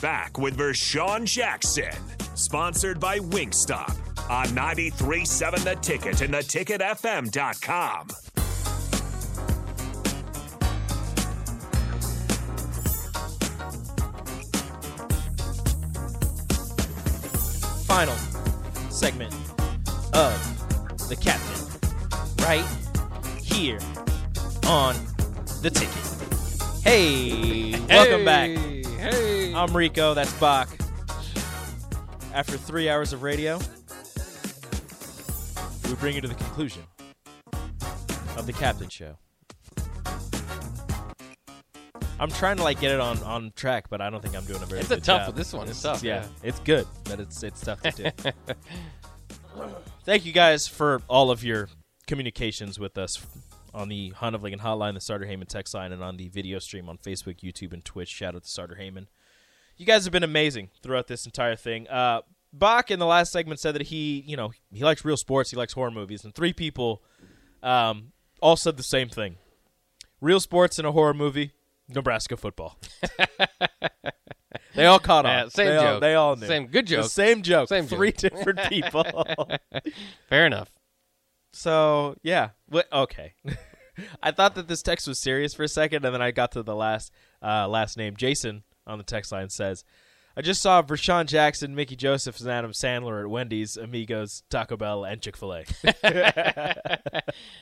Back with Vershawn Jackson, sponsored by Wingstop on 937 The Ticket and theticketfm.com. final segment of the captain right here on the ticket. Hey, welcome back. Hey. I'm Rico, that's Bach. After three hours of radio, we bring you to the conclusion of the captain show. I'm trying to like get it on, on track, but I don't think I'm doing a very It's a good tough job. one. This one is tough, Yeah, yeah. it's good, but it's it's tough to do. Thank you guys for all of your communications with us on the Hunt of Lincoln Hotline, the Starter Heyman text line, and on the video stream on Facebook, YouTube, and Twitch. Shout out to Starter Heyman. You guys have been amazing throughout this entire thing. Uh, Bach in the last segment said that he, you know, he likes real sports, he likes horror movies, and three people um, all said the same thing: real sports and a horror movie, Nebraska football. they all caught on. Yeah, same they all- joke. they all knew. Same- good The joke. same joke. Same Three joke. different people. Fair enough. So yeah, Wh- okay. I thought that this text was serious for a second, and then I got to the last uh, last name. Jason on the text line says, "I just saw Vershawn Jackson, Mickey Joseph, and Adam Sandler at Wendy's, Amigos, Taco Bell, and Chick Fil A.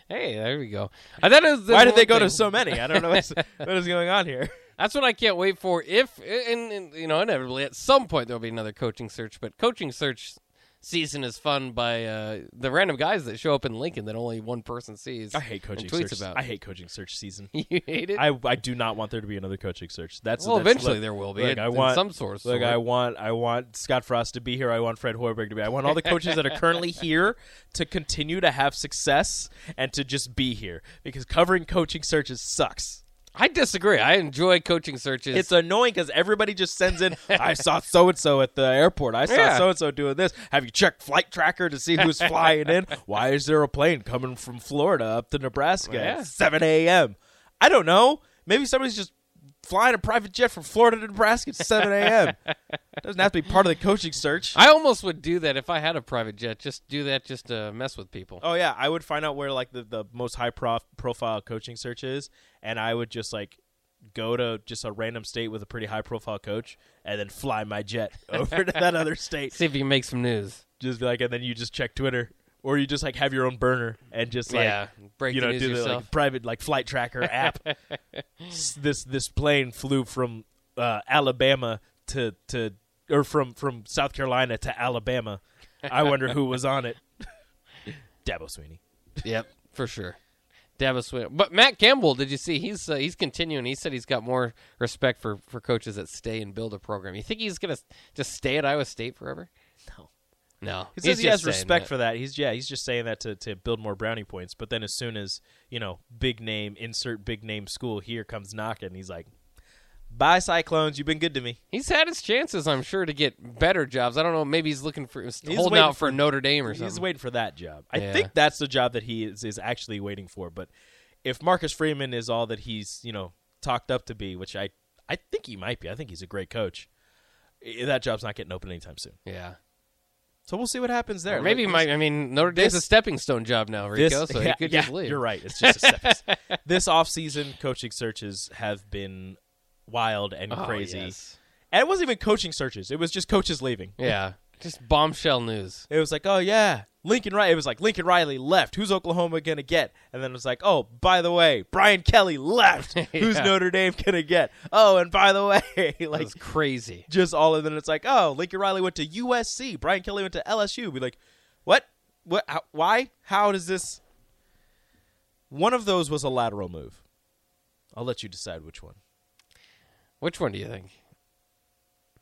Hey, there we go. I thought it was. Why did they go thing. to so many? I don't know what's, what is going on here. That's what I can't wait for. If and, and you know, inevitably at some point there'll be another coaching search. But coaching search season is fun by uh, the random guys that show up in Lincoln that only one person sees. I hate coaching and tweets search. about. I hate coaching search season. you hate it. I, I do not want there to be another coaching search. That's Well, that's- eventually look- there will be Look, in- I in want some sort of Look, sort. I want I want Scott Frost to be here. I want Fred Hoiberg to be. I want all the coaches that are currently here to continue to have success and to just be here because covering coaching searches sucks. I disagree. I enjoy coaching searches. It's annoying because everybody just sends in. I saw so and so at the airport. I saw Yeah. so and so doing this. Have you checked flight tracker to see who's flying in? Why is there a plane coming from Florida up to Nebraska Yeah. at 7 a.m.? I don't know. Maybe somebody's just flying a private jet from Florida to Nebraska at 7 a.m. Doesn't have to be part of the coaching search. I almost would do that if I had a private jet. Just do that, just to mess with people. Oh yeah, I would find out where like the, the most high prof- profile coaching search is, and I would just like go to just a random state with a pretty high profile coach, and then fly my jet over to that other state. See if you can make some news. Just be like, and then you just check Twitter, or you just like have your own burner and just like yeah, break you the know news do the yourself. like, private like flight tracker app. S- this this plane flew from uh, Alabama to to or from from South Carolina to Alabama. I wonder who was on it. Dabo Sweeney. Yep, for sure. Davis Swin- But Matt Campbell, did you see? He's uh, he's continuing. He said he's got more respect for, for coaches that stay and build a program. You think he's gonna s- just stay at Iowa State forever? No, no. He says He's he has just saying respect that. for that. He's yeah, he's just saying that to, to build more brownie points. But then as soon as you know, big name insert big name school here comes knocking, he's like, "Bye, Cyclones. You've been good to me." He's had his chances, I'm sure, to get better jobs. I don't know. Maybe he's looking for he's holding waiting out for for- Notre Dame or He's something. waiting for that job. I Yeah. think that's the job that he is, is actually waiting for. But if Marcus Freeman is all that he's you know talked up to be, which I I think he might be. I think he's a great coach. i- That job's not getting open anytime soon. yeah, So we'll see what happens there. or maybe he Like, might. I mean, Notre Dame's this- a stepping stone job now, Rico. this, so yeah, he could yeah, just leave. You're right. It's just a step. this offseason, coaching searches have been wild and Oh, crazy. yes. And it wasn't even coaching searches. It was just coaches leaving. Yeah, just bombshell news. It was like, oh yeah, Lincoln Riley. It was like Lincoln Riley left. Who's Oklahoma gonna get? And then it was like, oh, by the way, Brian Kelly left. Who's Yeah. Notre Dame gonna get? Oh, and by the way, That like was crazy. just all of them. It's like, oh, Lincoln Riley went to USC. Brian Kelly went to LSU. Be like, what? What? How, why? How does this? One of those was a lateral move. I'll let you decide which one. Which one do you think?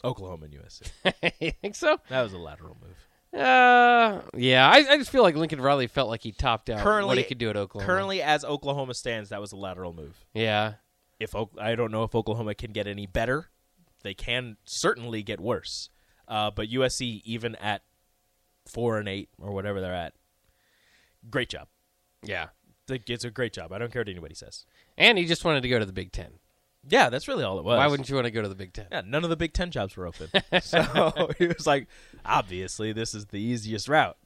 Oklahoma and USC. you think so? That was a lateral move. Uh, yeah. I, I just feel like Lincoln Riley felt like he topped out what Currently- he could do at Oklahoma. Currently, as Oklahoma stands, that was a lateral move. yeah, If O- I don't know if Oklahoma can get any better, they can certainly get worse. Uh, but USC, even at four and eight or whatever they're at, great job. yeah. Like, it's a great job. I don't care what anybody says. And he just wanted to go to the Big Ten. Yeah, that's really all it was. Why wouldn't you want to go to the Big Ten? Yeah, none of the Big Ten jobs were open. so he was like, obviously, this is the easiest route.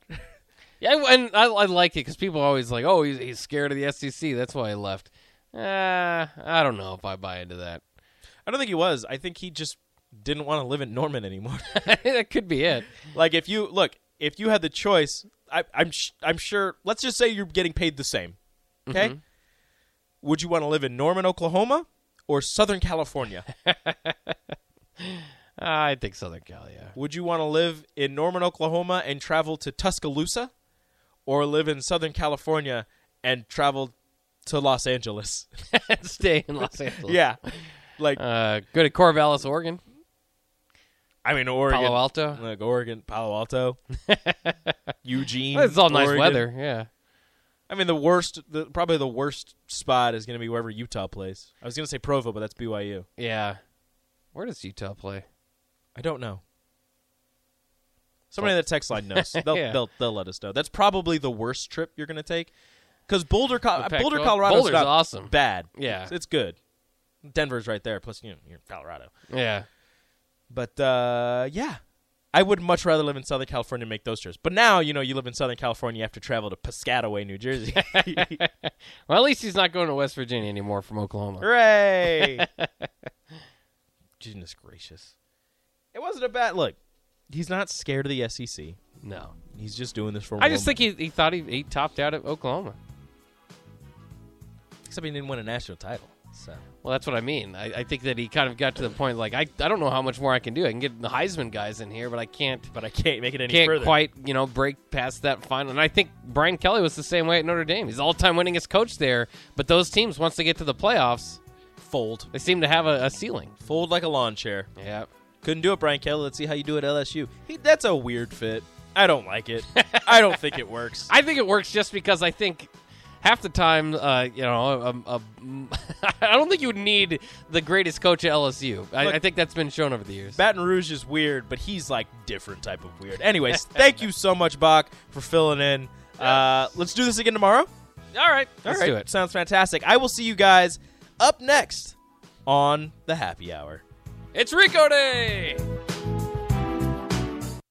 Yeah, and I, I like it because people are always like, oh, he's, he's scared of the SEC. That's why he left. Uh, I don't know if I buy into that. I don't think he was. I think he just didn't want to live in Norman anymore. that could be it. like if you look, if you had the choice, I, I'm sh- I'm sure. Let's just say you're getting paid the same. Okay. Mhm. Would you want to live in Norman, Oklahoma, or Southern California? Uh, I think Southern Cal, yeah. Would you want to live in Norman, Oklahoma, and travel to Tuscaloosa, or live in Southern California and travel to Los Angeles? Stay in Los Angeles. yeah. Like Uh, go to Corvallis, Oregon. I mean, Oregon, Palo Alto. like Oregon, Palo Alto, Eugene. It's all nice Oregon. weather. Yeah. I mean, the worst, the, probably the worst spot is going to be wherever Utah plays. I was going to say Provo, but that's BYU. Yeah. Where does Utah play? I don't know. Somebody in the text line knows. They'll, Yeah. they'll they'll let us know. That's probably the worst trip you're going to take because Boulder, Col- The Pac- Boulder, Colorado's Boulder's not awesome. bad. Yeah. it's, it's good. Denver's right there. Plus, you know, you're in Colorado. Yeah. But uh, yeah, I would much rather live in Southern California and make those trips. But now, you know, you live in Southern California, you have to travel to Piscataway, New Jersey. Well, at least he's not going to West Virginia anymore from Oklahoma. Hooray! Goodness gracious. It wasn't a bad look. He's not scared of the E SEC. No. He's just doing this for. I just warm- think he, he thought he, he topped out at Oklahoma. except he didn't win a national title. So Well, that's what I mean. I, I think that he kind of got to the point like I, I don't know how much more I can do. I can get the Heisman guys in here, but I can't but I can't make it any can't further. quite you know break past that final. And I think Brian Kelly was the same way at Notre Dame. He's all time winningest coach there, but those teams once they get to the playoffs, fold, they seem to have a, a ceiling. fold like a lawn chair. Yeah. Couldn't do it, Brian Kelly. Let's see how you do at LSU. He, that's a weird fit. I don't like it. I don't think it works. I think it works just because I think half the time, uh, you know, um, um, I don't think you would need the greatest coach at LSU. I, Look- I think that's been shown over the years. Baton Rouge is weird, but he's like different type of weird. Anyways, thank you so much, Bach, for filling in. Uh, let's do this again tomorrow. all right, let's All right, do it. Sounds fantastic. I will see you guys up next on the happy hour. It's Rico Day.